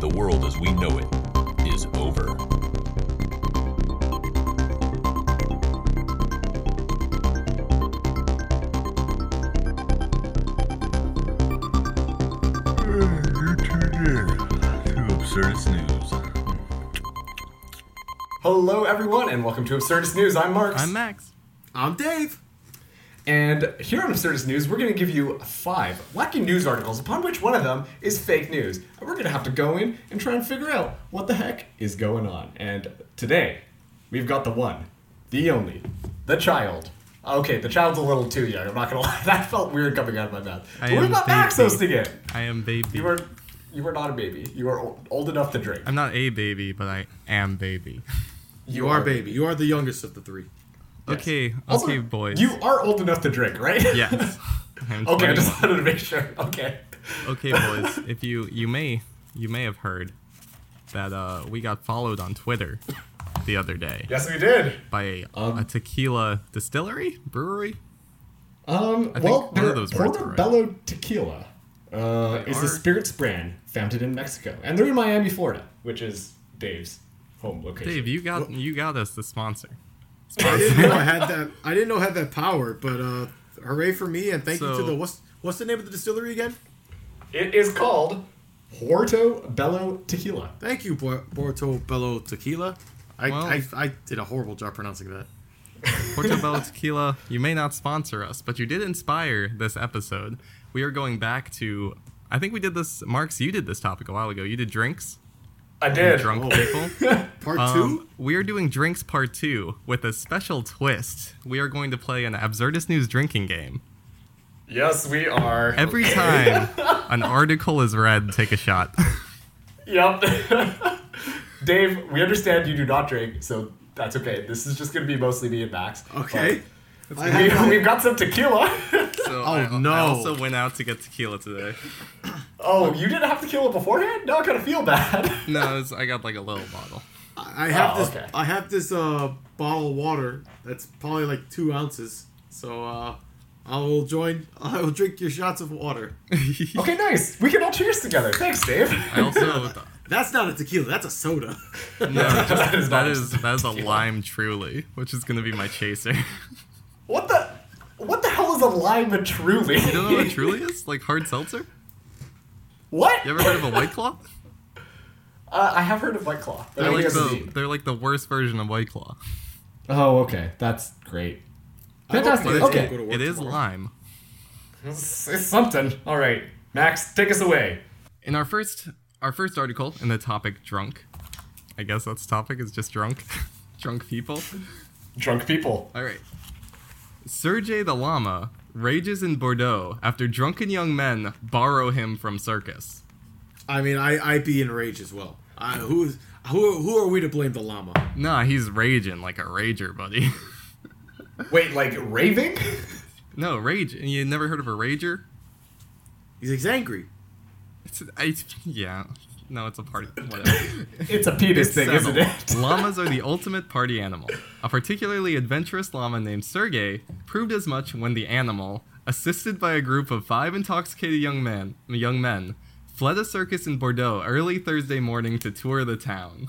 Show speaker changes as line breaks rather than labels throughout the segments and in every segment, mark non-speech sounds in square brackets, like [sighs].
The world as we know it is over. You tuned in to Absurdist News.
Hello, everyone, and welcome to Absurdist News. I'm Marks.
I'm Max.
I'm Dave.
And here on Absurdist News, we're going to give you five wacky news articles, upon which one of them is fake news. And we're going to have to go in and try and figure out what the heck is going on. And today, we've got the one, the only, the child. Okay, the child's a little too young. I'm not going to [laughs] lie. That felt weird coming out of my mouth.
I
But we've
am
got Max
baby.
hosting it.
I am baby.
You are, you are not a baby. You are old, old enough to drink.
I'm not a baby, but I am baby.
You, are, baby. You are the youngest of the three.
Yes.
Okay,
Also,
okay, boys.
You are old enough to drink, right?
[laughs]
[laughs]
Yes. I'm
Okay, I
21.
just wanted to make sure. Okay.
okay, boys. If you you may you may have heard that uh we got followed on Twitter the other day
Yes, we did.
by a,
Um,
a tequila distillery brewery.
Um,
think
well,
one
they're
of those words are right.
Portobello Tequila. Uh,
They
is
are-
a spirits brand founded in Mexico, and they're in Miami, Florida, which is Dave's home location.
Dave, you got you got us the sponsor.
I didn't know I had that. I didn't know I had that power, but uh, hooray for me and thank you to
So-
the what's what's the name of the distillery again?
It is called Portobello Tequila.
Thank you, Por- Porto Bello Tequila. I,
Well-
I I did a horrible job pronouncing that.
Portobello Tequila, you may not sponsor us, but you did inspire this episode. We are going back to I think we did this Marks, you did this topic a while ago. You did drinks.
I did.
Drunk
Oh.
people.
Part
Um,
[laughs] two.
we are doing drinks part two with a special twist. We are going to play an absurdist news drinking game.
Yes, we are.
Every
[laughs]
time an article is read, take a shot.
Yep. [laughs] Dave, we understand you do not drink, so that's okay. This is just going to be mostly me and Max.
Okay. I
But
have-
We, we've got some tequila. [laughs]
So
Oh,
I, I
no.
also went out to get tequila today.
oh, you didn't have tequila beforehand? Now I kind of feel bad. [laughs]
No, it was, I got like a little bottle.
I have
Oh,
this.
okay.
I have this uh, bottle of water that's probably like two ounces. So uh, I will join. I will drink your shots of water.
Okay, nice. We can all cheers together. Thanks, Dave.
[laughs] I also
That's not a tequila. That's a soda.
no, [laughs]
That is
just,
not
that is that is a lime truly, which is gonna be my chaser. [laughs]
What the? What the hell is a lime truly?
You don't know what truly is? Like hard seltzer?
[laughs] What?
You ever heard of a white claw?
[laughs] Uh, I have heard of White Claw. but I
They're like
guess-
the they're like the worst version of white claw.
Oh, okay. That's great.
I
Fantastic.
hope you
Okay.
go to work
It is
tomorrow.
lime.
It's, it's something. All right, Max, take us away.
in our first our first article in the topic drunk i guess that's topic is just drunk [laughs] drunk people
Drunk people.
all right sergey the llama rages in bordeaux after drunken young men borrow him from circus
I mean, I I be enraged as well. I, who is who? Who are we to blame? The llama?
nah he's raging like a rager buddy [laughs]
Wait, like raving? [laughs]
no rage you never heard of a rager
He's, he's angry.
it's I, yeah no it's a party whatever
It's a penis thing,
Settle.
isn't [laughs] it?
Llamas are the ultimate party animal. A particularly adventurous llama named Sergey proved as much when the animal, assisted by a group of five intoxicated young men, young men, fled a circus in Bordeaux early Thursday morning to tour the town.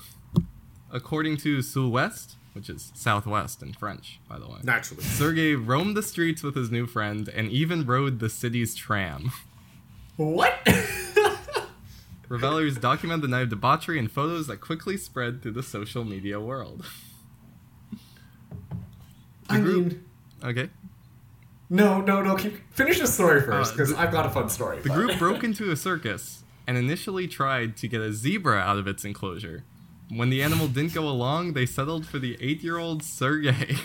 According to Souest, which is southwest in French, by the way.
Naturally.
Sergey roamed the streets with his new friend and even rode the city's tram. [laughs]
What?
Revelers document the night of debauchery in photos that quickly spread through the social media world.
I
group-
mean,
Okay.
no, no, no. Keep finish the story first,
Uh,
because
the-
I've got a fun story.
The group broke into a circus and initially tried to get a zebra out of its enclosure. When the animal didn't go along, they settled for the eight-year-old Sergey,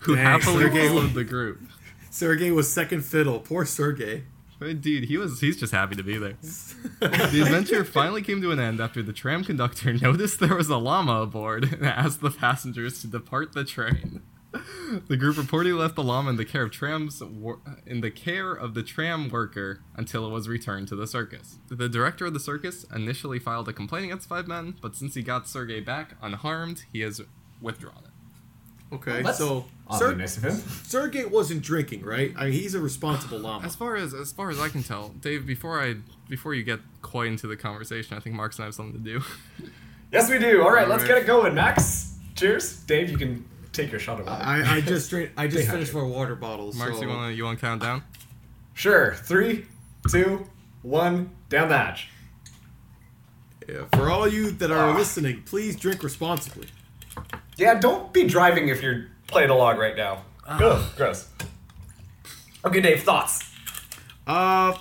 who
Dang,
happily
Sergey.
followed the group.
Sergey was second fiddle. Poor Sergey.
But Dude, he was—he's just happy to be there. The adventure finally came to an end after the tram conductor [laughs] noticed there was a llama aboard and asked the passengers to depart the train. The group reportedly left the llama in the care of trams wor- in the care of the tram worker until it was returned to the circus. The director of the circus initially filed a complaint against five men, but since he got Sergei back unharmed, he has withdrawn it.
Okay,
That's
so
oddly
Sir,
nice of him.
Sergey wasn't drinking, right? I mean, he's a responsible llama.
As far as as far as I can tell, Dave, before I before you get quite into the conversation, I think Mark's gonna have something to do. [laughs]
Yes, we do. All right, let's
right.
get it going, Max. Cheers, Dave. You can take your shot of water.
I, I just drink. I just
Dehydrated.
finished my water bottle.
Mark,
so
you wanna you wanna count down?
Sure. Three, two, one. Down the hatch.
Yeah, for all you that are
Ah.
listening, please drink responsibly.
Yeah, don't be driving if you're playing along right now. Ugh, gross. Okay, Dave. Thoughts?
Uh,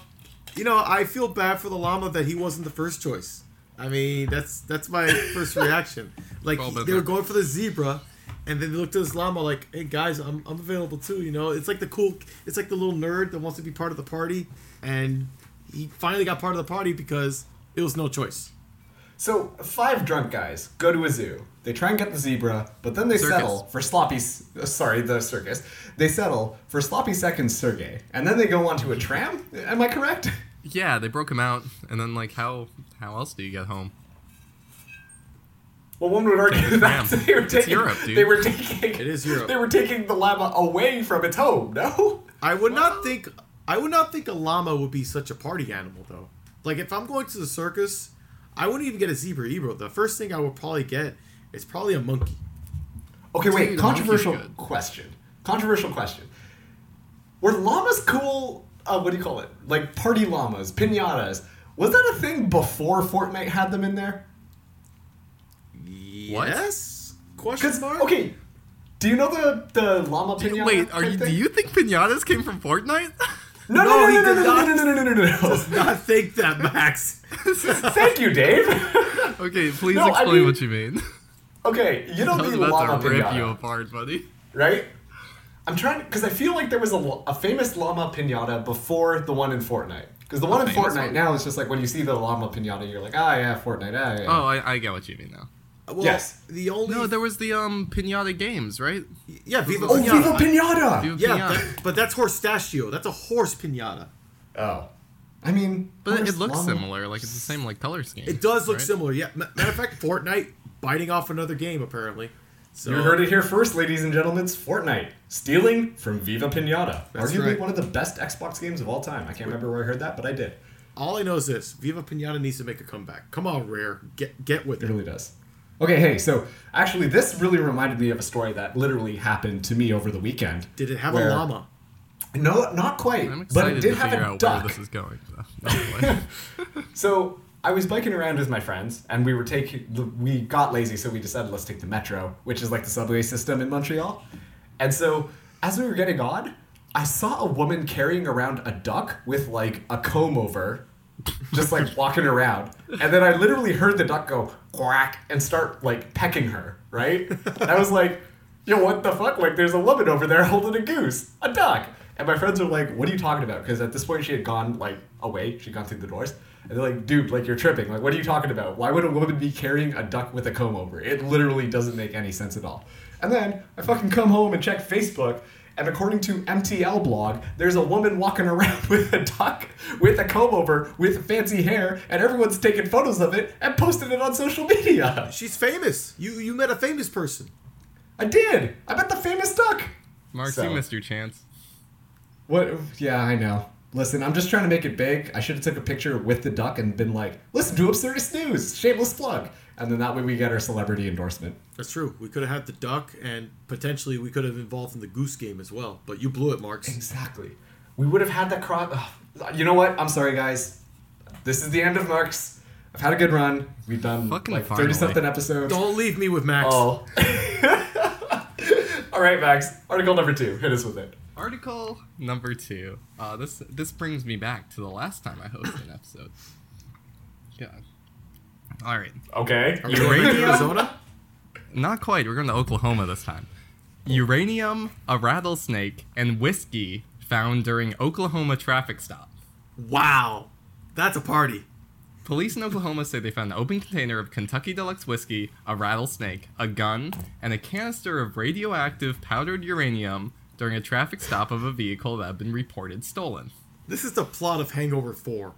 you know, I feel bad for the llama that he wasn't the first choice. I mean, that's that's my
[laughs]
first reaction. Like
Well, but
they were
that-
going for the zebra, and then they looked at this llama like, "Hey guys, I'm I'm available too." You know, it's like the cool, it's like the little nerd that wants to be part of the party, and he finally got part of the party because it was no choice.
So five drunk guys go to a zoo. They try and get the zebra, but then they
Circus.
settle for sloppy. s- uh, Sorry, the circus. They settle for sloppy seconds, Sergey, and then they go onto a tram. Am I correct? [laughs]
Yeah, they broke him out, and then like how how else do you get home?
Well, one would argue that
tram.
[laughs] they were
It's
taking.
Europe, dude.
They were taking. It
is Europe.
They were taking the llama away from its home. No. [laughs]
I would not think I would not think a llama would be such a party animal though. Like if I'm going to the circus, I wouldn't even get a zebra ebro. The first thing I would probably get is probably a monkey.
Okay, wait.
Dude,
Controversial
monkey's good.
question. Controversial question. Were llamas cool? Uh, what do you call it? Like party llamas, pinatas. Was that a thing before Fortnite had them in there?
Yes? Question
Because [laughs]
mark?
okay, do you know the the llama pinata?
Wait, are you,
type
do
thing?
you think pinatas came from Fortnite? [laughs]
No, no,
No,
no,
he
no, no,
did
no,
not.
no, no, no, no, no, no, no.
I think that Max.
Thank you, Dave. [laughs]
okay, please
No, I
explain
mean-
what you mean.
okay, you
[laughs]
know
I was
the
about
llama
to rip you
pinata,
apart, buddy.
right? I'm trying because I feel like there was a, l- a famous llama pinata before the one in Fortnite. Because the one in
famous
Fortnite
one.
now is just like when you see the llama pinata, you're like, ah, yeah, Fortnite, ah, yeah.
Oh, I, I get what you mean now.
[laughs] Well,
Yes.
the only
No, there was the um pinata games, right?
Yeah, Viva
Oh,
Pinata.
Viva Pinata!
Viva
yeah,
Pinata.
that- but that's horstachio. That's a horse pinata.
Oh, I mean,
But it
honest,
looks
llama-
similar. Like it's the same like color scheme.
It does look
right?
similar. Yeah, ma- matter of fact, Fortnite biting off another game apparently. So
You heard it here first, ladies and gentlemen. It's Fortnite stealing from Viva Pinata,
That's
arguably
right.
one of the best Xbox games of all time. I can't remember where I heard that, but I did.
All I know is this: Viva Pinata needs to make a comeback. Come on, Rare, get get with
It
it.
really does. Okay, hey, so actually, this really reminded me of a story that literally happened to me over the weekend.
Did it have
where-
a llama?
No, not quite.
I'm
but it
excited
did
to
have
figure
a
out
duck.
where this is going. though. Anyway.
So I was biking around with my friends, and we were taking. We got lazy, so we decided let's take the metro, which is like the subway system in Montreal. And so as we were getting on, I saw a woman carrying around a duck with like a comb over, just
[laughs]
like walking around. And then I literally heard the duck go quack and start like pecking her. Right? And I was like, "Yo, what the fuck? Like, there's a woman over there [laughs] holding a goose, a duck." And my friends were like, "What are you talking about?" Because at this point, she had gone like away. She'd gone through the doors, and they're like, "Dude, like you're tripping. Like, what are you talking about? Why would a woman be carrying a duck with a comb over? It literally doesn't make any sense at all." And then I fucking come home and check Facebook, and according to MTL blog, there's a woman walking [laughs] around with a duck with a comb over with fancy hair, and everyone's taking photos of it and posting it on social media.
She's famous. You you met a famous person.
I did. I bet the famous duck.
Mark,
So.
you missed your chance.
What? Yeah, I know. Listen, I'm just trying to make it big. I should have took a picture with the duck and been like, "Listen to Absurdist News, shameless plug," and then that way we get our celebrity endorsement.
That's true. We could have had the duck, and potentially we could have involved in the goose game as well. But you blew it, Marks.
Exactly. We would have had that crop. You know what? I'm sorry, guys. This is the end of Marks. I've had a good run. We've done
Fucking
like
finally.
thirty something episodes.
Don't leave me with Max.
Oh. [laughs] All right, Max. Article number two. Hit us with it.
Article number two. Uh, this this brings me back to the last time I hosted an episode. God. All right.
Okay.
Are we going back to
Uranium?
Arizona?
Not quite. We're going to Oklahoma this time. Uranium, a rattlesnake, and whiskey found during Oklahoma traffic stop.
Wow, that's a party.
Police in Oklahoma say they found an open container of Kentucky Deluxe whiskey, a rattlesnake, a gun, and a canister of radioactive powdered uranium during a traffic stop of a vehicle that had been reported stolen.
This is the plot of Hangover Four.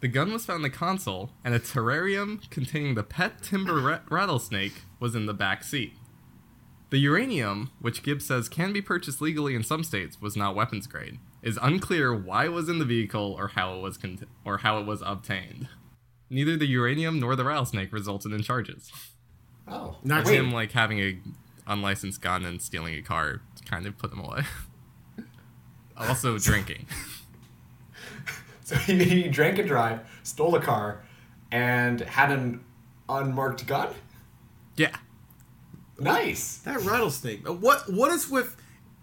The gun was found in the console, and a terrarium containing the pet timber ra- rattlesnake was in the back seat. The uranium, which Gibbs says can be purchased legally in some states, was not weapons grade. It is unclear why it was in the vehicle or how it was cont- or how it was obtained. Neither the uranium nor the rattlesnake resulted in charges.
Oh,
Not
That's
wait.
him like having a unlicensed gun and stealing a car kind of put him away. [laughs] also drinking.
So [laughs] he, he drank and drive, stole a car, and had an unmarked gun.
Yeah.
Nice.
That rattlesnake. Uh, What what is with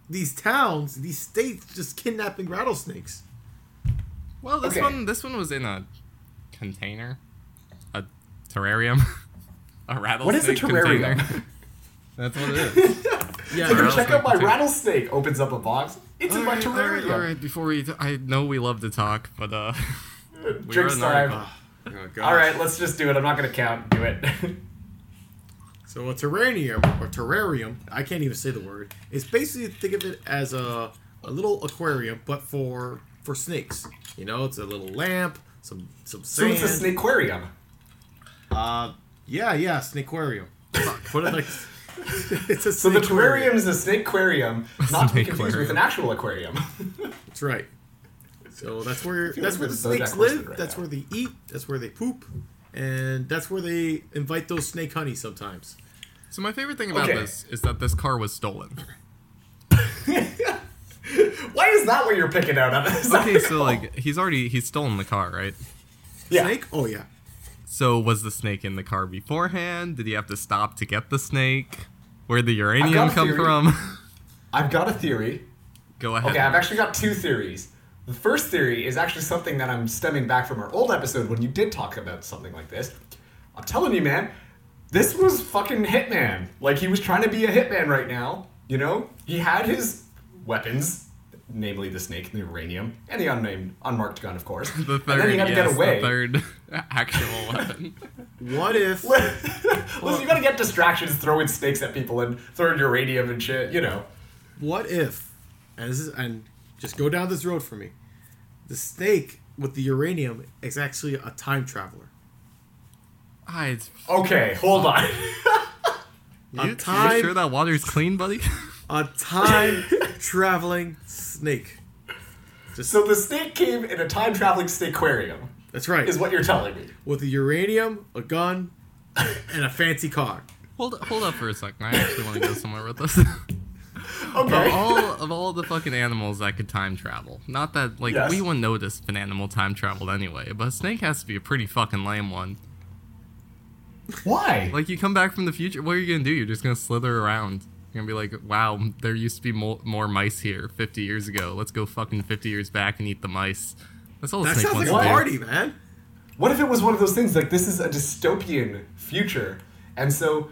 these towns, these states just kidnapping rattlesnakes?
Well, this
Okay.
one this one was in a container, a terrarium, [laughs] a rattlesnake.
is a terrarium? [laughs]
[laughs] container. That's what it
[laughs]
is.
Yeah,
Sure.
Check out my
Rattlesnake.
rattlesnake. Opens up a box. It's in my
Alright, alright,
terrarium.
alright, Before we, I know we love to talk, but uh, [laughs] we
Drinks
read an
time.
article. Oh,
All right, let's just do it. I'm not gonna count. Do it. [laughs]
So a terrarium or terrarium, I can't even say the word. It's basically think of it as a, a little aquarium, but for for snakes. You know, it's a little lamp, some some
so
sand.
it's a snake aquarium.
Uh, yeah, yeah, snakequarium. Fuck,
[laughs]
Put it like [laughs] it's a
So the terrarium is a snake
[laughs]
aquarium, not to be confused
Snakequarium.
with an actual aquarium. [laughs]
That's right. So that's where
feel
that's
like
where
we're
the
Bojack
snakes
Horseman
live.
right
that's
now.
where they eat. That's where they poop, and that's where they invite those snake honey sometimes.
So my favorite thing about
Okay.
this is that this car was stolen.
Why is that what you're picking out on this? [laughs]
Okay, so like he's already he's stolen the car, right?
yeah.
Snake? Oh yeah.
So was the snake in the car beforehand? Did he have to stop to get the snake? Where'd the
I've got
uranium
a
come
theory.
from? [laughs]
I've got a theory.
Go ahead.
Okay, I've actually got two theories. The first theory is actually something that I'm stemming back from our old episode when you did talk about something like this. I'm telling you, man, this was fucking Hitman. Like, he was trying to be a Hitman right now. You know? He had his weapons, namely the snake, the uranium, and the unnamed, unmarked gun, of course.
[laughs] the third,
and then he had to
yes,
get away.
the third [laughs] actual weapon.
What if?
[laughs] Listen, you gotta get distractions throwing snakes at people and throwing uranium and shit, you know.
What if? And this is and just go down this road for me. The snake with the uranium is actually a time traveler.
[laughs] Ah, it's-
Okay, hold
Uh,
on.
you, you [laughs]
time-
sure that water's clean, buddy?
A time traveling snake.
[laughs] so the snake came in a time traveling snake aquarium,
That's right.
is what you're telling me.
With the uranium, a gun, and a fancy car.
hold hold up for a second. I actually want to go somewhere with this. [laughs]
Okay.
Of all of all the fucking animals that could time travel, not that like
Yes.
we wouldn't notice if an animal time traveled anyway, but a snake has to be a pretty fucking lame one.
Why?
Like you come back from the future, what are you gonna do? You're just gonna slither around. You're gonna be like, wow, there used to be mo- more mice here 50 years ago. Let's go fucking 50 years back and eat the mice. That's all a
That
snake
sounds like
wants to
a
do.
party, man.
What if it was one of those things like this is a dystopian future, and so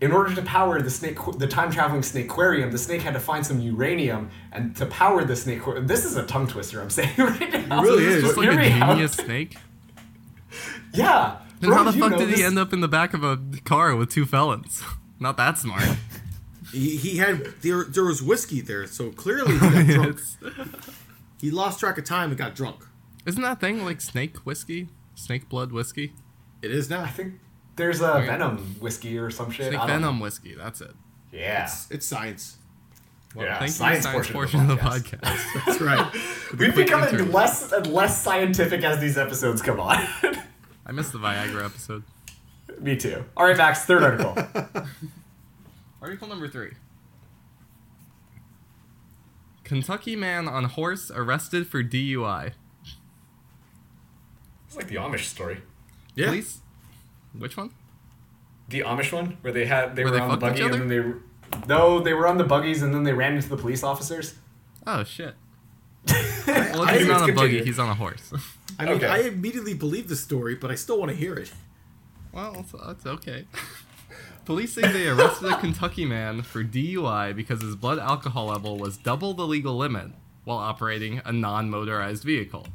in order to power the snake, the time traveling snake aquarium, the snake had to find some uranium, and to power the snake, aquarium- this is a tongue twister. I'm [laughs] saying right now.
really
It's
is.
just
But hear
like a
me out.
[laughs] genius snake.
[laughs] Yeah.
Then
Bro,
how the
you
fuck
know
did he
this-
end up in the back of a car with two felons? [laughs] Not that smart.
He, he had there, there was whiskey there, so clearly he got drunk.
It's-
he lost track of time and got drunk.
isn't that thing like snake whiskey? Snake blood whiskey?
It is now.
I think there's a venom whiskey or some shit.
Snake
I don't know.
venom whiskey, that's it.
Yeah. [laughs]
It's science.
Well,
Yeah,
thank you,
science
science
portion of
portion of
the
the podcast. [laughs]
That's right.
We've become
intern.
less and less scientific as these episodes come on. [laughs]
I missed the Viagra episode.
Me too. All right, Max, third article.
Article number three. Kentucky man on horse arrested for DUI.
It's like the Amish story.
Yeah.
Police. Which one?
The Amish one where they had they
Where
were
they
on the
fucked
buggy
each
and then they no they were on the buggies and then they ran into the police officers.
Oh shit. Well,
I
if he's
think
not on a
it's
buggy.
continued.
He's on a horse. [laughs]
I mean,
Okay.
I immediately believe the story, but I still want to hear it.
well, it's, it's okay. [laughs] Police say they arrested a Kentucky man for DUI because his blood alcohol level was double the legal limit while operating a non-motorized vehicle.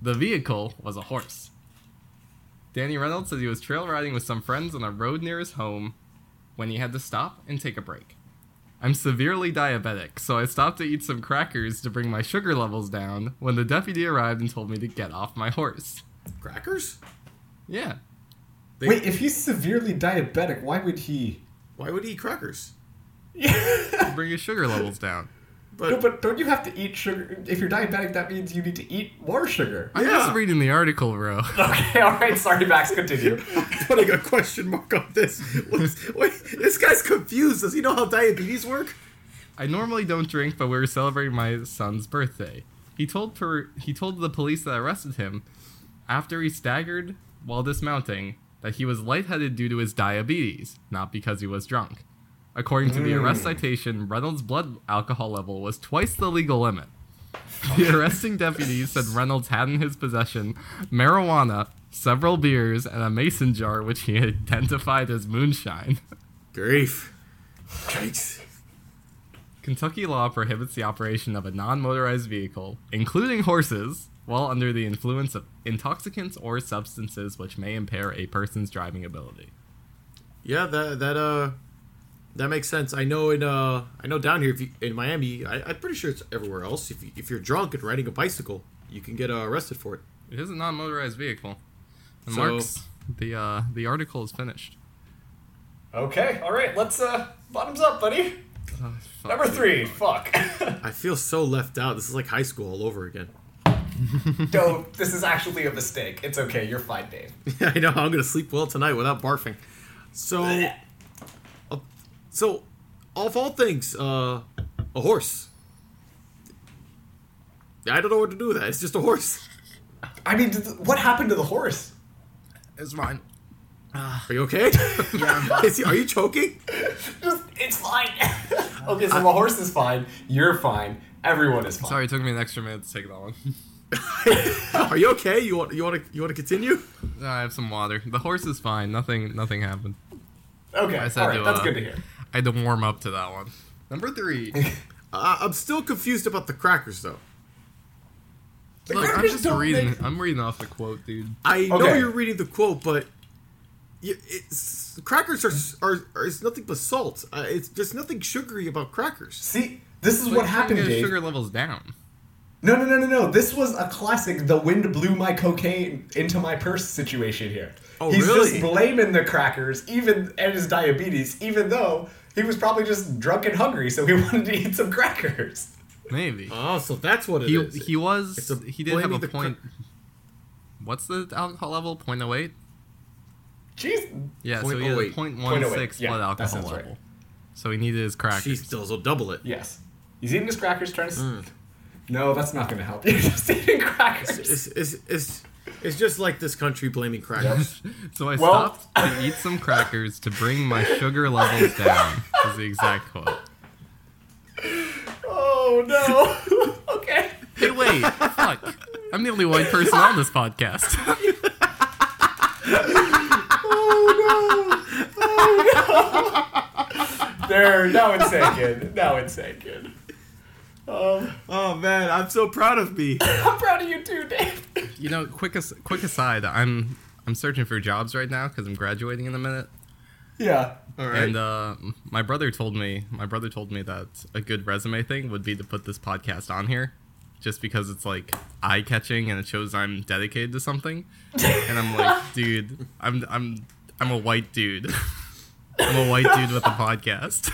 The vehicle was a horse. Danny Reynolds says he was trail riding with some friends on a road near his home when he had to stop and take a break. I'm severely diabetic, so I stopped to eat some crackers to bring my sugar levels down when the deputy arrived and told me to get off my horse.
Crackers?
Yeah.
They,
Wait, if he's severely diabetic, why would [laughs] he?
why would he eat crackers? [laughs]
To bring your sugar levels down.
But,
no, but don't you have to eat sugar? If you're diabetic, that means you need to eat more sugar.
I'm
Yeah.
just reading the article, bro.
[laughs]
[laughs]
Okay, all right. Sorry, Max. Continue.
putting a question mark on this. What's- wait, this guy's confused. Does he know how diabetes work?
I normally don't drink, but we were celebrating my son's birthday. He told per- he told the police that arrested him after he staggered while dismounting that he was lightheaded due to his diabetes, not because he was drunk. According to the arrest citation, Reynolds' blood alcohol level was twice the legal limit. The arresting deputies said Reynolds had in his possession marijuana, several beers, and a mason jar which he [laughs] identified as moonshine.
Grief. Yikes.
Kentucky law prohibits the operation of a non motorized vehicle, including horses, while under the influence of intoxicants or substances which may impair a person's driving ability.
Yeah, that that uh, that makes sense. I know in uh, I know down here if you, in Miami, I, I'm pretty sure it's everywhere else. If you, if you're drunk and riding a bicycle, you can get uh, arrested for it.
It is a non motorized vehicle. And
So-
Marks, the, uh, the article is finished.
Okay, all right. Let's uh, bottoms up, buddy.
Oh, fuck.
Number three. [laughs] Fuck.
I feel so left out. This is like high school all over again. [laughs]
no, this is actually a mistake. It's okay. You're fine, Dave.
I know I'm gonna sleep well tonight without barfing. So, uh, so of all things, uh, a horse. I don't know what to do with that. It's just a horse.
I mean, did the- what happened to the horse?
It's mine.
Are you okay? [laughs] Is he- are you choking?
Just, it's fine. [laughs] okay, so the horse is fine. You're fine. Everyone is fine.
Sorry, it took me an extra minute to take that one. [laughs]
Are you okay? You want you want to you want to continue?
No, I have some water. The horse is fine. Nothing, nothing happened.
Okay,
I said
all right.
to,
that's
uh,
good to hear.
I had to warm up to that one. Number three.
Uh, I'm still confused about the crackers, though.
The
Look, I'm
crackers
just
don't
reading.
make-
I'm reading off the quote, dude.
I know
Okay.
you're reading the quote, but you, it's, crackers are, are are it's nothing but salt. Uh, it's there's nothing sugary about crackers.
See, this is what
Like,
happened,
bring your
Dave.
Sugar levels down.
No, no, no, no, no. This was a classic "the wind blew my cocaine into my purse" situation here.
Oh,
He's
really?
just blaming the crackers, even and his diabetes, even though he was probably just drunk and hungry, so he [laughs] wanted to eat some crackers.
Maybe.
Oh, so that's what it
he
is.
he was
it's a-
he did have
blaming
a
the cr-
point. What's the alcohol level? Point oh eight.
Jeez,
Yeah, so
Point
he had
oh
a
eight.
point one
Point oh eight,
six
yeah,
blood
that
alcohol
sounds right.
level. So he needed his
She
crackers.
still will double it.
yes, he's eating his crackers, trying to. s No, that's not going to help. [laughs] You're just eating
[laughs]
crackers.
It's, it's, it's, it's just like this country blaming crackers.
[laughs] So I
Well-
stopped to eat some crackers to bring my sugar levels down. Is the exact quote.
Oh no. [laughs] okay.
Hey, wait, fuck! I'm the only white person on this podcast. [laughs]
Oh, There. Now it's sinking. Now it's sinking. Um,
[laughs] oh man, I'm so proud of me.
I'm proud of you too, Dave.
You know, quick as, quick aside, I'm I'm searching for jobs right now because I'm graduating in a minute.
Yeah.
All right.
And uh, my brother told me my brother told me that a good resume thing would be to put this podcast on here, just because it's like eye catching and it shows I'm dedicated to something. And
[laughs]
I'm like, dude, I'm I'm I'm a white dude. I'm a white dude with a podcast.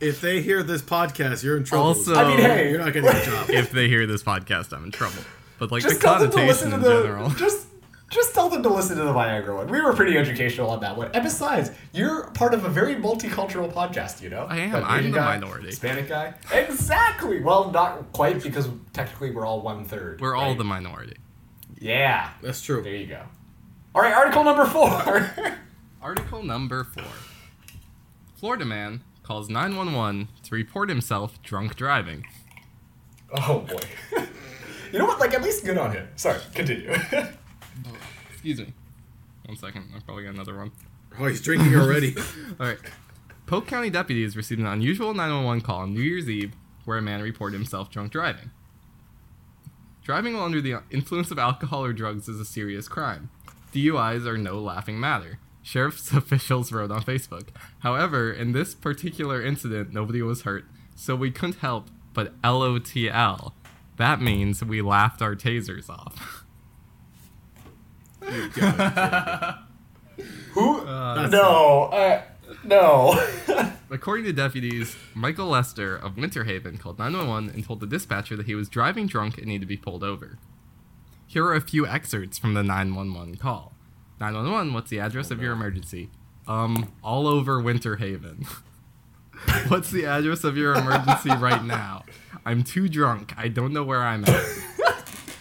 if they hear this podcast, you're in trouble.
Also-
I mean, [laughs]
So-
hey,
you're not getting a job.
If they hear this podcast, I'm in trouble. But like
just
the
tell them to
connotation
listen
in
to the [laughs]
general.
just just tell them to listen to the Viagra one. We were pretty educational on that one. And besides, you're part of a very multicultural podcast, you know.
I am.
That
I'm
Asian
the
guy,
minority.
Hispanic guy. Exactly. Well, not quite because technically we're all one third.
We're all
right?
the minority.
Yeah.
That's
There
true.
you go. All right, article number four.
[laughs] Article number four. Florida man calls 911 to report himself drunk driving.
oh boy. you know what? Like at least good on him. Sorry. Continue.
Excuse me. One second. I probably got another one.
Oh, he's drinking already. [laughs]
All right. Polk County deputies received an unusual 911 call on New Year's Eve where a man reported himself drunk driving. Driving while under the influence of alcohol or drugs is a serious crime. DUIs are no laughing matter. Sheriff's [laughs] officials wrote on Facebook. However, in this particular incident, nobody was hurt, so we couldn't help but LOTL. That means we laughed our tasers off. [laughs]
You got it.
Who?
Uh,
[laughs] no. Uh, no.
According to deputies, Michael Lester of Winterhaven called 911 and told the dispatcher that he was driving drunk and needed to be pulled over. Here are a few excerpts from the 911 call. 911, what's the address of your emergency? Um, all over Winterhaven. [laughs] what's the address of your emergency right now? I'm too drunk. I don't know where I'm at.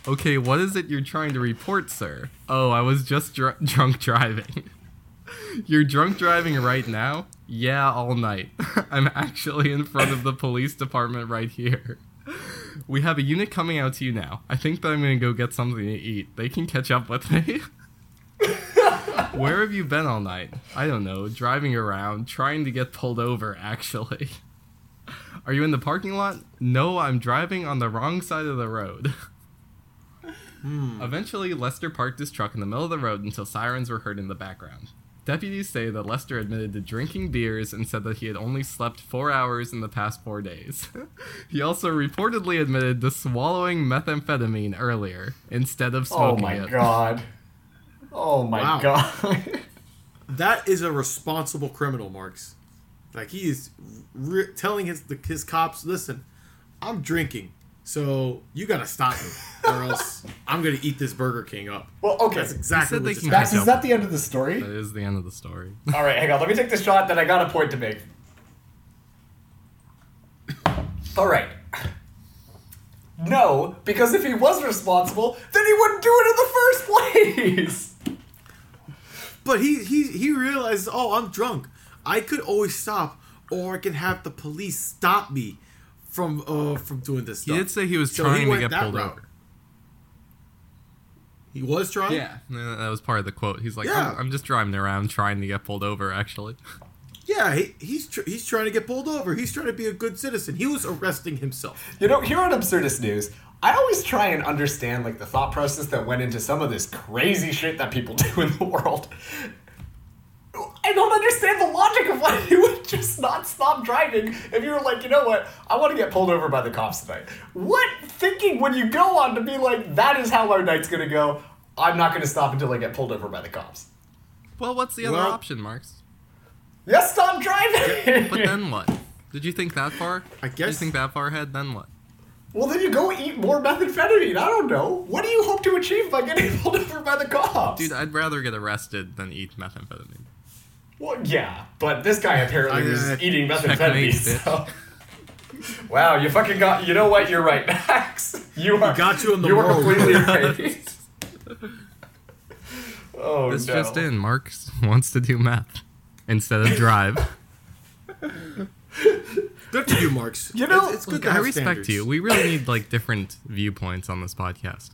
Okay, what is it you're trying to report, sir? Oh, I was just dr- drunk driving. [laughs] You're drunk driving right now? Yeah, all night. I'm actually in front of the police department right here. We have a unit coming out to you now. I think that I'm gonna go get something to eat. They can catch up with me. [laughs] Where have you been all night? I don't know. Driving around, trying to get pulled over, actually. [laughs] Are you in the parking lot? No, I'm driving on the wrong side of the road. [laughs]
Hmm.
Eventually, Lester parked his truck in the middle of the road until sirens were heard in the background. Deputies say that Lester admitted to drinking beers and said that he had only slept four hours in the past four days. [laughs] he also reportedly admitted to swallowing methamphetamine earlier instead of
Oh
smoking
my
it.
god. Oh my
Wow.
god.
that is a responsible criminal, Marks. Like he is re- telling his the, his cops, listen, I'm drinking, so you gotta stop me,
[laughs]
or else I'm gonna eat this Burger King up.
well, okay.
That's exactly
Oh, said
what
they
just
can-
happened.
Max, is that the end of the story?
That is the end of the story. [laughs]
All right, hang on. Let me take the shot. Then I got a point to make. All right. No, because if he was responsible, then he wouldn't do it in the first [laughs] place.
But he he he realizes, oh, I'm drunk. I could always stop, or I can have the police stop me from uh from doing this
He
stuff.
did say he was
So he
trying
went
to get
that
pulled
route.
over.
He was trying.
Yeah, that that was part of the quote. He's like,
Yeah.
I'm, I'm just driving around trying to get pulled over,
[laughs]
actually.
Yeah, he, he's tr- he's trying to get pulled over. He's trying to be a good citizen. He was arresting himself.
You know, here on Absurdist News, I always try and understand like the thought process that went into some of this crazy shit that people [laughs] do in the world. I don't understand the logic of why you would just not stop driving if you were like, you know what, I want to get pulled over by the cops tonight. What thinking would you go on to be like, that is how our night's gonna go? I'm not gonna stop until I get pulled over by the cops.
Well, what's the other
Well-
option, Marks?
Yes, stop driving!
But then what? Did you think that far?
I
Did you
guess-
think that far ahead? Then what?
well, then you go eat more methamphetamine. I don't know. What do you hope to achieve by getting [laughs] pulled over by the cops?
Dude, I'd rather get arrested than eat methamphetamine.
Well, yeah, but this guy apparently
I,
was
uh,
eating methamphetamine.
checkmate,
So. wow, you fucking got. You know what? You're right, [laughs] Max. You are.
got you in the
You were
world.
completely right. oh
This
no.
just in, Marks [laughs] wants to do meth instead of
[laughs]
drive.
Good for you,
[laughs]
Marks.
You know,
it's, it's good.
Look,
to
I
have
respect
standards.
you. We really need like different viewpoints on this podcast.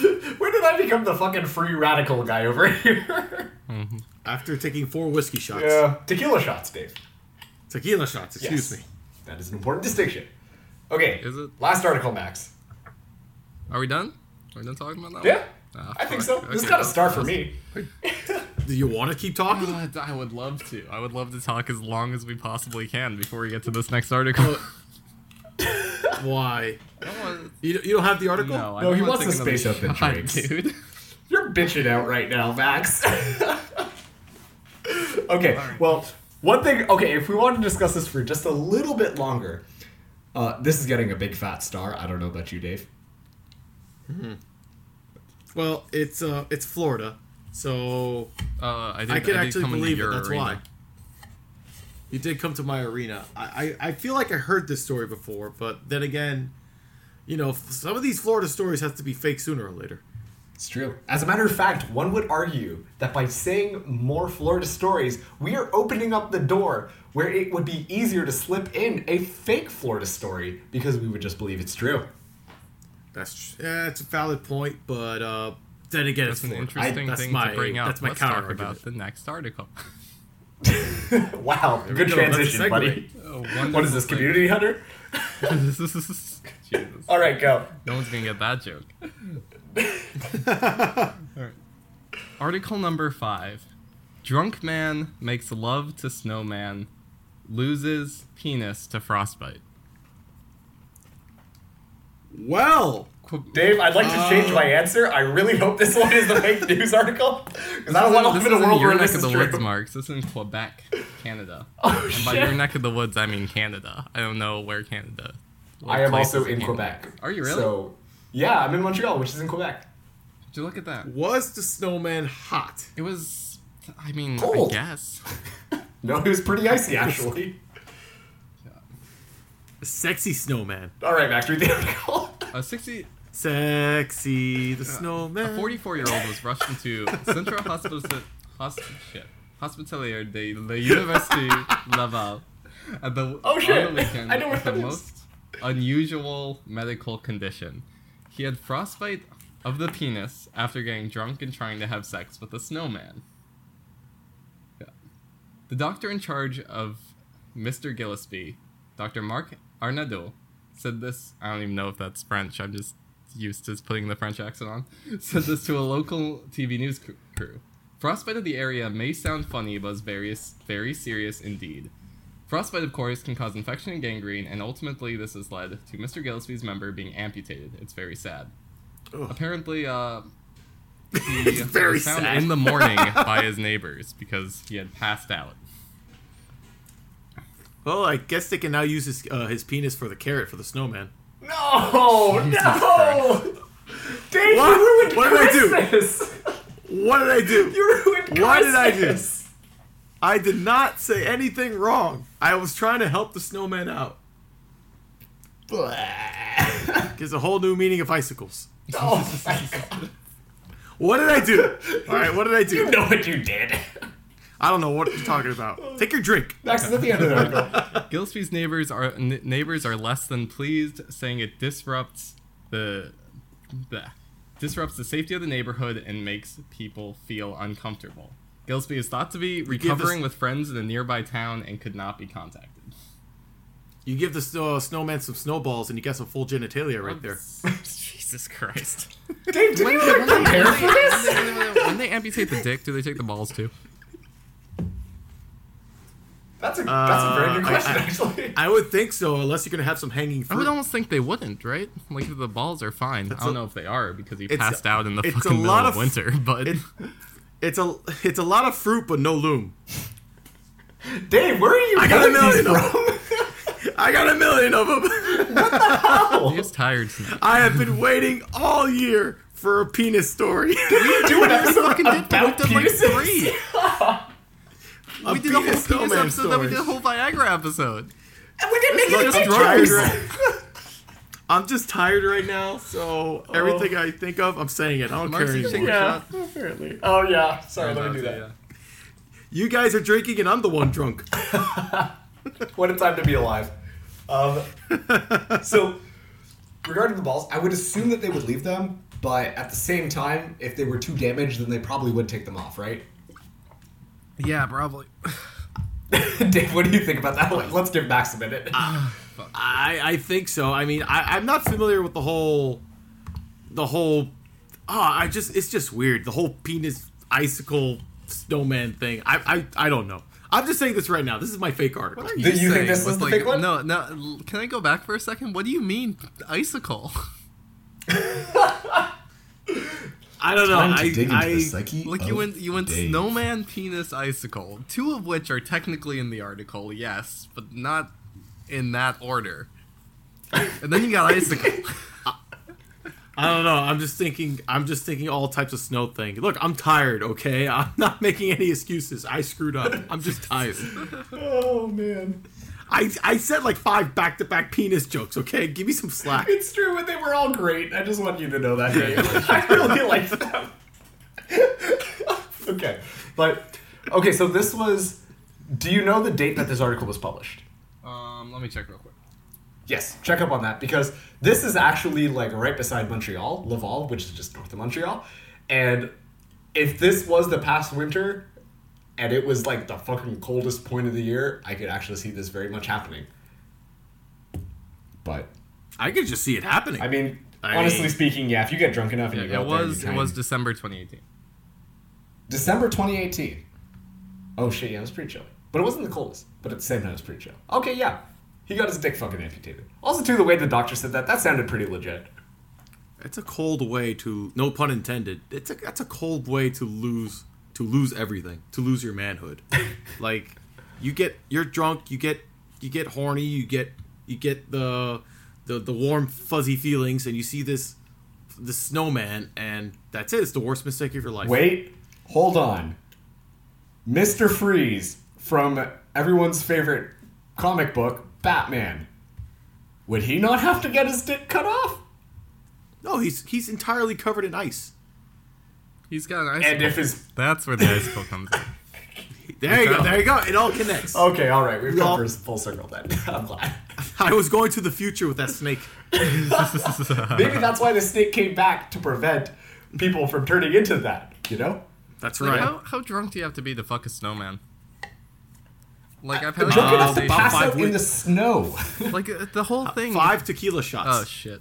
Where did I become the fucking free radical guy over [laughs] here?
After taking four whiskey shots,
yeah, tequila shots, Dave.
tequila shots. Excuse
Yes.
me.
That is an important distinction. Okay.
Is it?
Last article, Max.
Are we done? Are we done talking about that?
Yeah.
Ah,
I think so.
fuck.
this
Okay,
has got a
that
star
was
for
awesome.
me.
Do you want to keep talking?
God, I would love to. I would love to talk as long as we possibly can before we get to this next article.
Why?
I don't wanna-
You, don't- you don't have the article?
[laughs] no, I
No,
don't
he wants
wanna take
to
another
space out the
shot,
drinks.
dude.
You're bitching out right now,
[laughs]
Max. okay, well, one thing. Okay, if we want to discuss this for just a little bit longer, uh, this is getting a big fat star. I don't know about you, Dave.
Well, it's uh, it's Florida, so
Uh, I, did,
I can
did
actually
come into
believe it.
your
That's
arena.
why. You did come to my arena. I, I, I feel like I heard this story before, but then again, you know, f- some of these Florida stories have to be fake sooner or later.
It's true. As a matter of fact, one would argue that by saying more Florida stories, we are opening up the door where it would be easier to slip in a fake Florida story because we would just believe it's true. [laughs]
That's tr- yeah, it's a valid point, but uh, then again,
That's
it's
an
Florida.
interesting
I, that's
thing
my,
to bring up.
That's my
Let's
counter
talk about the next article.
[laughs]
Wow, good
go. That's a
transition,
segue.
buddy.
Oh,
What is this, Community Hunter?
[laughs] Jesus.
All right, go.
No one's gonna get that
[laughs]
joke. Alright. Article number five. Drunk man makes love to snowman, loses penis to frostbite.
Well,
Dave, I'd like to change my answer. I really hope this one is the fake news article. Because I don't want to
this
live in a
isn't
world
your
where
neck
this
of
is
the
true.
woods, Marks. This is in Quebec, Canada.
[laughs] Oh,
and by
shit.
your neck of the woods, I mean Canada. I don't know where Canada. what
I am
places
also in
Canada.
Quebec.
Are you really?
So, yeah, I'm in Montreal, which is in Quebec.
Did you look at that?
Was the snowman hot?
It was. I mean,
Cold.
I guess.
No, it was pretty icy, actually.
A sexy snowman.
All right, Max, read the article. [laughs]
A 60,
Sexy the
a
snowman.
44 year old was rushed into Central Hospital Hosp- shit, Hospitalier de la University Laval at the
Oh, shit.
on
[laughs]
the weekend
I know where
with the
that is.
most unusual medical condition. He had frostbite of the penis after getting drunk and trying to have sex with a snowman. Yeah. The doctor in charge of Mr. Gillespie, Dr. Marc Arnadeau, said this. I don't even know if that's French. I'm just used to putting the French accent on. [laughs] Said this to a local TV news cr- crew. Frostbite of the area may sound funny, but is very, very serious indeed. Frostbite, of course, can cause infection and gangrene, and ultimately, this has led to Mr. Gillespie's member being amputated. It's very sad. Apparently,
[laughs]
uh, he
very
was found
sad.
in the
[laughs]
morning by his neighbors because he had passed out.
Well, I guess they can now use his uh, his penis for the carrot for the snowman.
No, no. Dave,
What?
you ruined
What did I do?
Christmas.
What did I do?
You ruined
What did I do?
Christmas.
I did not say anything wrong. I was trying to help the snowman out. Gives a whole new meaning of icicles.
oh my god.
What did I [laughs] do? All right, what did I
You
do?
know what you did.
I don't know what you're talking about. Take your drink.
Max is at the end of the article.
Gillespie's neighbors are n- neighbors are less than pleased, saying it disrupts the bleh, disrupts the safety of the neighborhood and makes people feel uncomfortable. Gillespie is thought to be
give us-
recovering with friends in a nearby town and could not be contacted.
You give the snow, uh, snowman some snowballs, and you got some full genitalia right [laughs] there.
Jesus Christ.
Dave, did you like prepare for this?
when they amputate the dick, do they take the balls too?
That's a that's a very good
Uh, I-
question,
I-
actually.
I would think so, unless you're gonna have some hanging
I
fruit.
would almost think they wouldn't, right? Like if the balls are fine. I don't
a-
know if they are because he
It's-
passed out in the
it's a
fucking middle
lot
of
of-
winter, but
it- it's a it's a lot of fruit, but no loom.
Dave, where are you?
I got
getting
a
these
million of
from?
I got a million of
[laughs] [laughs]
them.
he gets tired tonight.
I have been waiting all year for a penis story.
Do
[laughs]
an episode about
did like
penises.
three.
a
We did a whole penis episode, then we did a whole Viagra epised
And [laughs] we didn't make any
Look,
pictures.
I'm
[laughs]
tired. I'm just tired right now, so
Oh.
everything I think of, I'm saying it. I don't
Marcy,
care
take
anymore.
your
Yeah,
shot.
apparently. Oh yeah. Sorry, let me do that.
You guys are drinking, and I'm the one drunk.
What a time to be alive.
[laughs]
Um, so, regarding the balls, I would assume that they would leave them, but at the same time, if they were too damaged, then they probably would take them off, right? [laughs]
Yeah, probably.
Dave, what do you think about that one? Let's give Max a minute.
Uh,
I, I think so. I mean, I, I'm not familiar with the whole, the whole. Ah, I just it's just weird. The whole penis icicle snowman thing. I I, I don't know. I'm just saying this right now. This is my fake article.
[laughs] you think this is the
like,
fake one?
No, no. l- Can I go back for a second? What do you mean icicle? [laughs]
I don't know. I, I,
psyche.
like you went, you went snowman, penis, icicle. Two of which are technically in the article, yes, but not in that order. And then you got icicle.
I don't know. I'm just thinking. I'm just thinking all types of snow thing. Look, I'm tired. Okay, I'm not [laughs] making any excuses. I screwed up. I'm just tired.
oh man,
I I said like five back to back penis jokes. Okay, give me some slack.
it's true, and they were all great. I just want you to know that. Dave. I really liked them. okay, but okay. So this was. Do you know the date that this article was published?
[laughs] um, let me check real quick.
Yes, check up on that because this is actually like right beside Montreal, Laval, which is just north of Montreal. And if this was the past winter and it was like the fucking coldest point of the year, I could actually see this very much happening. But
I could just see it happening.
I mean,
I
honestly
mean-
speaking, yeah, if you get drunk enough and you go
it
out there and
was,
you
it
time-
was December 2018.
December 2018. Oh shit, yeah, it was pretty chilly. But it wasn't the coldest. But at the same time, it was pretty chill. Okay, yeah. He got his dick fucking amputated. Also, too, the way the doctor said that, that sounded pretty legit.
It's a cold way to no pun intended. It's a that's a cold way to lose to lose everything to lose
[laughs]
your manhood. like you get you're drunk, you get you get horny, you get you get the the the warm fuzzy feelings, and you see this the snowman, and that's it. It's the worst mistake of your life.
Wait, hold on. Mr. Freeze from everyone's favorite comic book, Batman. Would he not have to get his dick cut off?
no, he's he's entirely covered in ice.
He's got an icicle.
And if his
That's where the icicle comes in.
[laughs]
There you go, there you go. It all connects.
okay, all right, we've
Well-
come for full circle then. [laughs] I'm glad.
I was going to the future with that snake.
Maybe that's why the snake came back to prevent people from turning into that. You know,
That's
Like,
right.
How, how drunk do you have to be to fuck a snowman? Like I've had
drunk enough to
about
pass
five
out in the
weeks.
snow. [laughs]
like uh, the whole thing.
Five tequila shots.
Oh shit.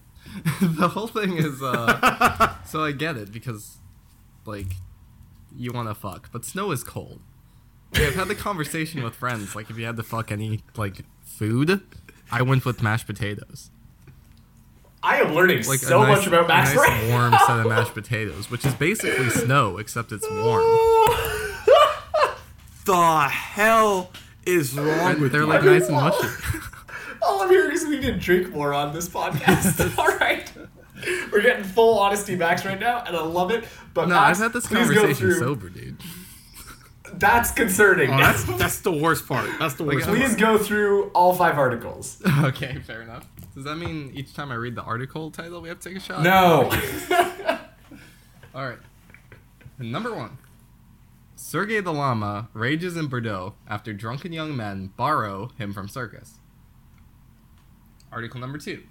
the whole thing is uh
[laughs]
so I get it because like you want to fuck, but snow is cold. Like, I've had the conversation with friends like if you had to fuck any like food, I went with mashed potatoes.
I am learning
Like
so
a nice,
much about Max
a nice
right
warm
now.
set of mashed potatoes, which is basically snow except it's warm.
the hell is wrong with
They're
you?
like
you.
nice and mushy.
[laughs] All I'm hearing is we didn't drink more on this
[laughs]
podcast. All right. We're getting full honesty, Max, right now, and I love it. But
No,
Max,
I've had this
please go
conversation
through-
sober,
[laughs]
dude.
That's concerning.
Oh, that's that's the worst part. That's the
Like,
worst. part.
please go through all five articles.
Okay, fair enough. Does that mean each time I read the article title, we have to take a shot?
No.
All right. Number one. Sergey the Llama rages in Bordeaux after drunken young men borrow him from circus. Article number two.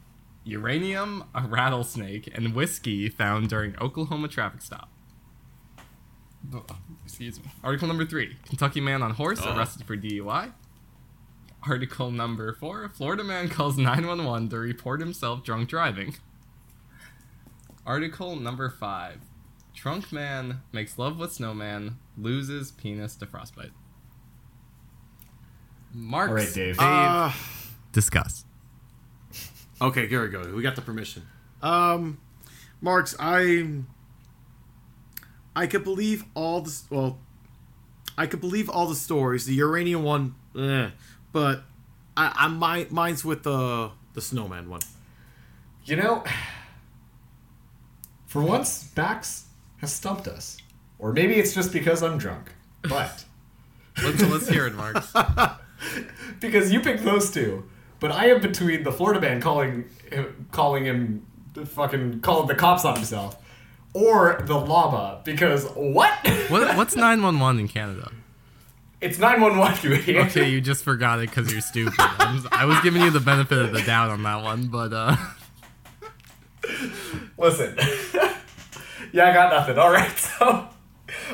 Uranium, a rattlesnake, and whiskey found during Oklahoma traffic stop. Oh, Excuse me. Article number three. Kentucky man on horse
Uh-oh.
arrested for DUI. Article number four. Florida man calls 911 to report himself drunk driving. Article number five. Trunk man makes love with snowman, loses penis to frostbite. Mark,
All right, Dave.
Uh,
discuss.
okay, here we go. We got the permission. Um, Marks, I I could believe all the s- well, I could believe all the stories. The uranium one, eh, but I, I my mine's with the the snowman one.
You know, [sighs] for once, Max has stumped us. Or maybe it's just because I'm drunk. But [laughs]
Let's, let's hear it, Mark.
because you picked those two, but I am between the Florida man calling him, calling him the fucking calling the cops on himself, or the llama because what?
What, what's 911 in Canada?
[laughs] It's nine one one, you idiot.
Okay, you just forgot it because you're stupid. I was, I was giving you the benefit of the doubt on that one, but uh,
[laughs]
[laughs]
Listen. [laughs] yeah, I got nothing. All right, [laughs] so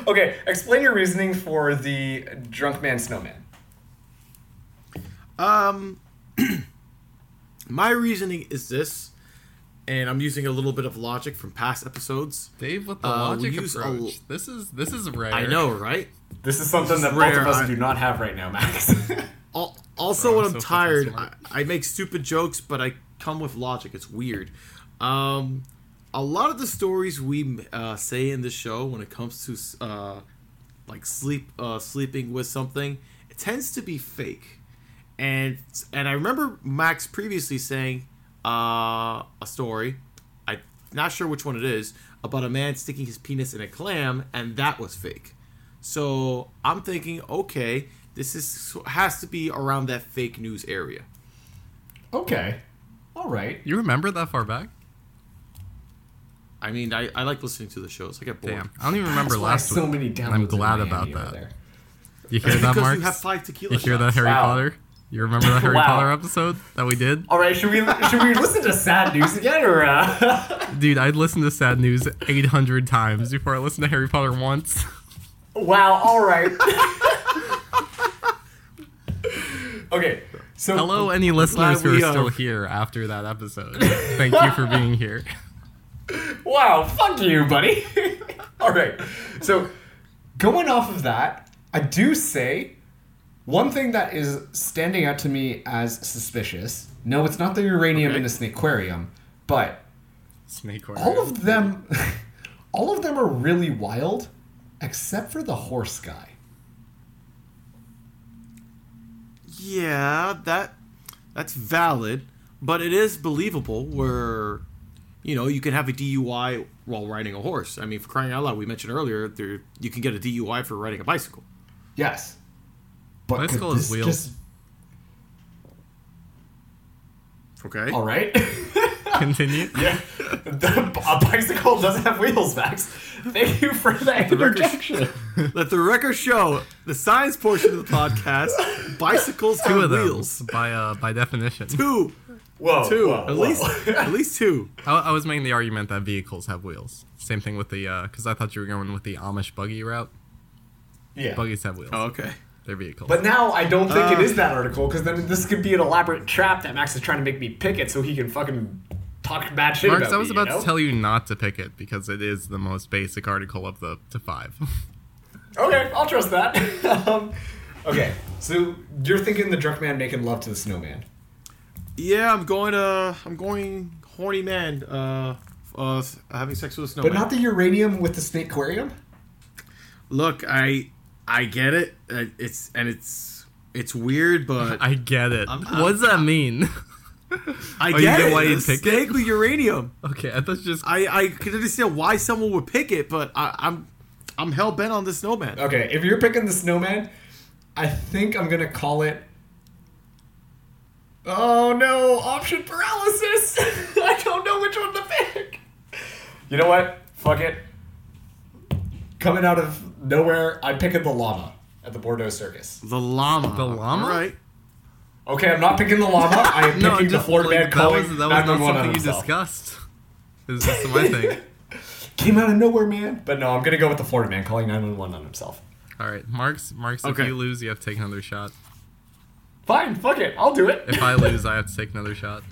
okay, explain your reasoning for the drunk man snowman.
Um, my reasoning is this, and I'm using a little bit of logic from past episodes.
Dave, with the
Uh, we
logic
use a-
approach, this is this is rare.
I know, right?
This is something that both
rare,
of us
I-
do not have right now, Max.
Al- Also,
Bro,
when
I'm
I'm
so fucking
tired, I,
smart.
I make stupid jokes, but I come with logic. It's weird. Um, a lot of the stories we uh, say in this show, when it comes to uh, like sleep, uh, sleeping with something, it tends to be fake. And and I remember Max previously saying uh, a story. I'm not sure which one it is about a man sticking his penis in a clam, and that was fake. So I'm thinking, okay, this is has to be around that fake news area.
[laughs] okay. All right.
You remember that far back?
I mean, I, I like listening to the shows. I get bored.
Damn, I don't even remember
That's why
last
so
week.
many downloads.
I'm glad
in
about
Miami over
that.
there.
You hear that,
That's because
Mark?
you have five tequila
You hear that
shots.
Harry
Wow.
Potter? You remember that Harry
Wow.
Potter episode that we did?
Oh.
All right, should we should we listen to sad news again or? Uh... [laughs]
Dude, I'd listened to Sad News 800 times before I listened to Harry Potter
[laughs]
once.
wow. All right. [laughs] okay. So
Hello, any listeners who
we
are
are-
still here after that
[laughs]
episode. Thank you for being here.
Wow. Fuck you, buddy. all right. So going off of that, I do say one thing that is standing out to me as suspicious. No, it's not the uranium
Okay.
in the snakeuarium, but
Snake Order.
all of them [laughs] all of them are really wild except for the horse guy
Yeah, that that's valid, but it is believable where you know you can have a DUI while riding a horse. I mean, for crying out loud, we mentioned earlier there you can get a DUI for riding a bicycle.
yes but could
Bicycle is
this
wheels.
just-
Okay.
all right
[laughs]
Continue.
yeah [laughs] the, a bicycle doesn't have wheels max thank you for that interjection
Let the record show the science portion of the
[laughs]
podcast: bicycles
Two
have
of them,
wheels.
[laughs] by uh, by definition.
Two,
whoa
two,
whoa,
at
whoa.
least, [laughs] at least two.
I, I was making the argument that vehicles have wheels. Same thing with the because I thought you were going with the Amish buggy route.
yeah
Buggies have wheels.
okay.
They're vehicles.
Oh. But now I don't think it
Ah.
Uh,
is that article because then this could be an elaborate trap that Max is trying to make me pick it so he can fucking talk bad shit
Marks,
about
I was
me,
about
you know?
to tell you not to pick it because it is the most basic article of the to five. [laughs]
Okay, I'll trust that. [laughs] um, okay, so you're thinking the drunk man making love to the snowman.
Yeah, I'm going. Uh, I'm going. Horny man. Uh, uh, having sex with a snowman.
But not the uranium with the snake aquarium?
Look, I I get it. Uh, It's and it's it's weird, but I,
I get it.
I'm-
what does that mean? [laughs] you
get
get
it.
why
The
you'd pick it?
snake with uranium.
okay, I thought just
I I can understand why someone would pick it, but I, I'm I'm hell bent on the snowman.
Okay, if you're picking the snowman, I think I'm gonna call it. Oh no, option paralysis! [laughs] I don't know which one to pick! You know what? Fuck it. Coming out of nowhere, I'm picking the llama at the Bordeaux Circus.
The llama.
The llama?
All right.
Okay, I'm not picking the
[laughs]
llama, I am
no,
picking the
just
Florida
like,
man
that
calling
was that was not
911 on
something you
himself.
discussed. It's just
[laughs]
my thing.
Came out of nowhere, man. But no, I'm gonna go with the Florida man calling 911 on himself.
All right, Marks, Marks.
Okay.
If you lose, you have to take another shot.
Fine, fuck it, I'll do it.
If I lose, I have to take another shot.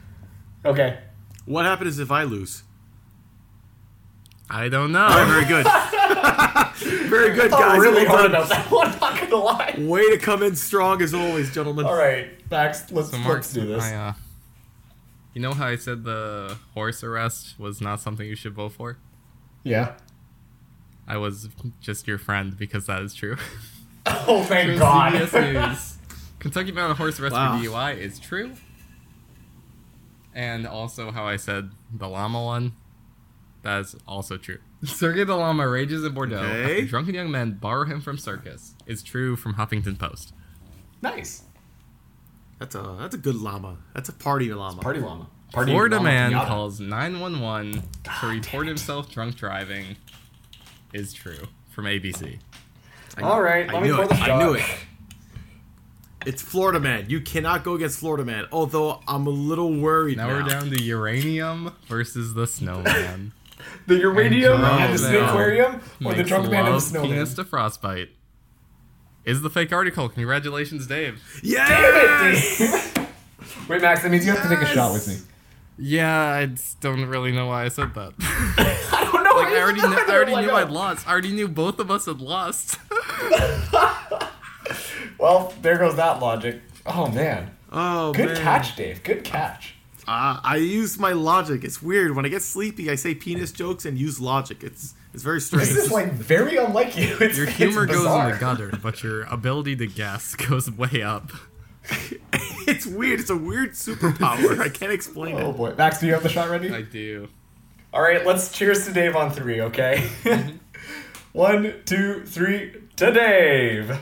okay.
What happens if I lose?
I don't know.
Very good. Very good,
Thought
guys.
Oh, really
Well
hard
done.
about that one, not gonna lie.
Way to come in strong as always, gentlemen.
All right, Max, let's,
So
let's
Marks,
do this.
I, uh, you know how I said the horse arrest was not something you should vote for?
[laughs] yeah.
I was just your friend because that is
[laughs]
true.
Oh, thank
From [laughs]
God. [laughs]
CBS News. Kentucky Mountain Horse Arrest
Wow.
for DUI is true. And also how I said the llama one. That is also true. [laughs] Sergey the llama rages in Bordeaux
Okay.
after drunken young men borrow him from circus. Is true from Huffington Post.
nice.
That's a that's a good llama. That's a party llama.
Party llama. Party
Florida
llama
man
pinata.
calls 911 to
damn
report
it.
himself drunk driving. Is true from ABC.
I-
All right,
I
let me
knew
pour
it.
the
I knew
shot.
it. It's Florida man. You cannot go against Florida man. Although I'm a little worried
Now
now.
we're down to uranium versus the snowman.
The uranium
And
and the
drunk
snake
man
aquarium, [laughs] or the
Makes
drunk man and the
love,
snowman.
Penis to frostbite. Is the fake article? Congratulations, Dave.
Yes!
Damn it, dude. Wait, Max, that means you have to take a shot with me.
Yes!
Yeah, I just don't really know why I said that. like
[laughs] I don't know.
I already, kn- I already knew I'd
lost.
lost. I already knew both of us had lost.
Well, there goes that logic. Oh man,
Oh
good
man.
catch, Dave. Good catch.
Uh, I use my logic. It's weird. When I get sleepy, I say penis jokes and use logic. It's it's very strange.
This is like very unlike you. It's,
Your humor
it's
goes in
bizarre.
the gutter, but your ability to guess goes way up.
[laughs] it's weird. It's a weird superpower. I can't explain
Oh
it.
boy, Max, do you have the shot ready?
I do.
All right, let's cheers to Dave on three, okay? [laughs] One, two, three, to Dave.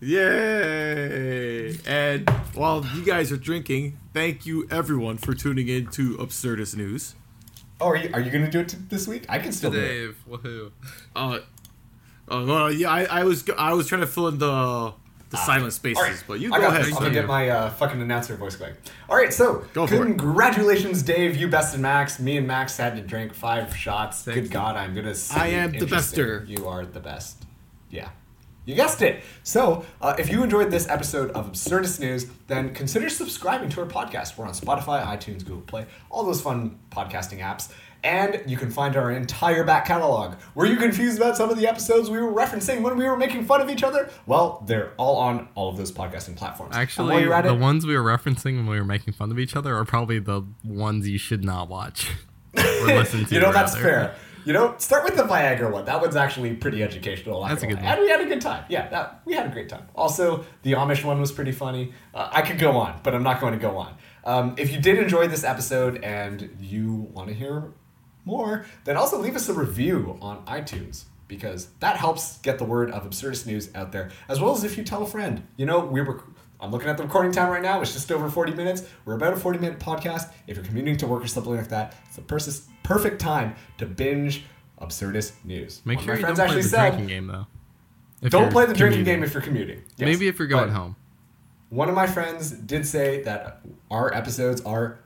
Yay! And while you guys are drinking, thank you everyone for tuning in to Absurdist News.
Oh, are you, are you gonna do it t- this week? I can still do it.
Dave, woohoo!
Uh, uh well, yeah, I, I was I was trying to fill in the the silent spaces,
Ah. All right,
but you
I
go
got
ahead.
This. I'm gonna
Thank you.
get my uh, fucking announcer voice going. All right, so
Go for it.
congratulations, Dave. You bested Max. Me and Max had to drink five shots.
Thank
Good
you.
God, I'm gonna. Say
I am the
interesting.
bester.
You are the best. Yeah. You guessed it. So, uh, if you enjoyed this episode of Absurdist News, then consider subscribing to our podcast. We're on Spotify, iTunes, Google Play, all those fun podcasting apps. And you can find our entire back catalog. Were you confused about some of the episodes we were referencing when we were making fun of each other? Well, they're all on all of those podcasting platforms. And while
Actually,
you're at
the
it,
ones we were referencing when we were making fun of each other are probably the ones you should not watch.
[laughs]
Or listen to.
you know,
rather.
that's fair. You know, start with the Viagra one. That one's actually pretty educational. I'm not
That's a
gonna
good
lie.
one.
And we had a good time. Yeah, that, we had a great time. Also, the Amish one was pretty funny. Uh, I could go on, but I'm not going to go on. Um, if you did enjoy this episode and you want to hear more, then also leave us a review on iTunes because that helps get the word of Absurdist News out there, as well as if you tell a friend. You know, we were. I'm looking at the recording time right now. It's just over 40 minutes. We're about a 40 minute podcast. If you're commuting to work or something like that, it's the pers- perfect time to binge Absurdist News.
Make
One of
sure
my
you don't
friends
play
actually
the
said,
drinking game though. If
Don't
you're
play the drinking
commuting.
game if you're commuting. Yes.
Maybe if you're going
But
home.
One of my friends did say that our episodes are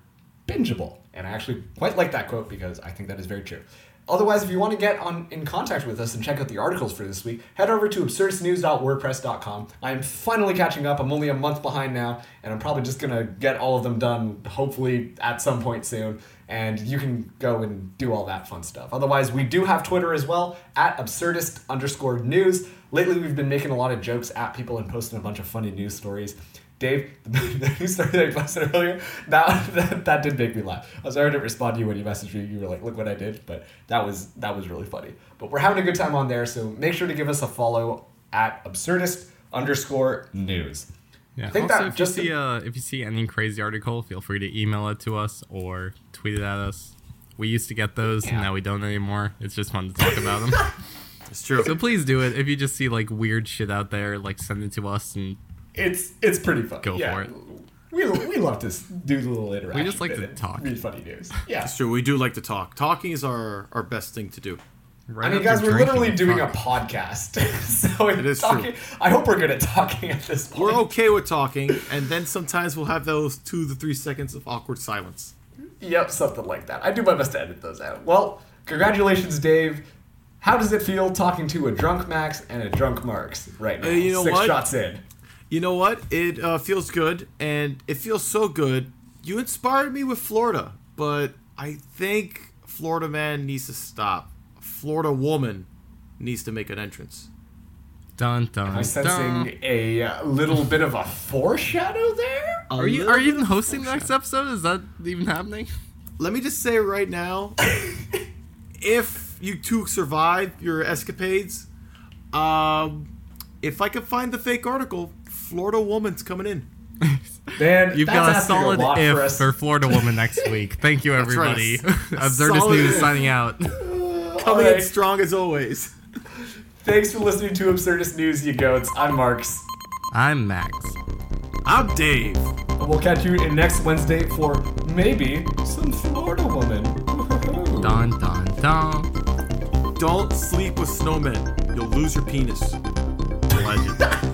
bingeable, and I actually quite like that quote because I think that is very true. Otherwise, if you want to get on in contact with us and check out the articles for this week, head over to absurdistnews.wordpress.com. I am finally catching up. I'm only a month behind now, and I'm probably just gonna get all of them done hopefully at some point soon. And you can go and do all that fun stuff. Otherwise, we do have Twitter as well at absurdist underscore news. Lately, we've been making a lot of jokes at people and posting a bunch of funny news stories. Dave, [laughs] the news story that I posted earlier, that, that that did make me laugh. I was sorry I didn't respond to you when you messaged me. You were like, "Look what I did," but that was that was really funny. But we're having a good time on there, so make sure to give us a follow at absurdist underscore news.
Yeah.
I think
also,
that
if
just-
you see uh, if you see any crazy article, feel free to email it to us or tweet it at us. We used to get those,
Yeah.
and now we don't anymore. It's just fun to talk
[laughs]
about them.
It's true.
so please do it. If you just see like weird shit out there, like send it to us, and
It's it's pretty fun.
Go
Yeah.
for it.
We, we love to s- do the little interaction.
just like
bit
to
and
talk.
Read funny news. Yeah.
It's true. We do like to talk. Talking is our, our best thing to do.
right
I mean,
after
guys, we're
drinking,
literally doing
talk.
a podcast, [laughs] so it
is
is
true.
talking, I hope we're good at talking at this point.
We're okay with talking, and then sometimes we'll have those two to three seconds of awkward silence.
Yep, something like that. I do my best to edit those out. Well, congratulations, Dave. How does it feel talking to a drunk Max and a drunk Marks right now?
Uh, you know
Six
what?
shots in.
You know what? It uh, feels good, and it feels so good. You inspired me with Florida, but I think Florida man needs to stop. Florida woman needs to make an entrance.
Dun dun.
I'm
dun.
sensing a uh, little bit of a foreshadow there.
Are you are you even hosting the next episode? Is that even happening?
Let me just say right [laughs] now, if you two survive your escapades, um, if I could find the fake article, Florida woman's coming in.
Man,
You've
that's
got a
asking
solid
lot
if
for
for,
us.
Florida Woman
[laughs]
next week. Thank you,
right,
everybody. [laughs]
a
Absurdist
solid
News
if.
signing out.
Coming
All
in
right.
strong as always.
Thanks for listening to Absurdist News, you goats. I'm Marks.
I'm Max.
I'm Dave.
And we'll catch you in next Wednesday for maybe some Florida woman. [laughs]
Dun dun dun.
[laughs] Don't sleep with snowmen. You'll lose your penis. Legend.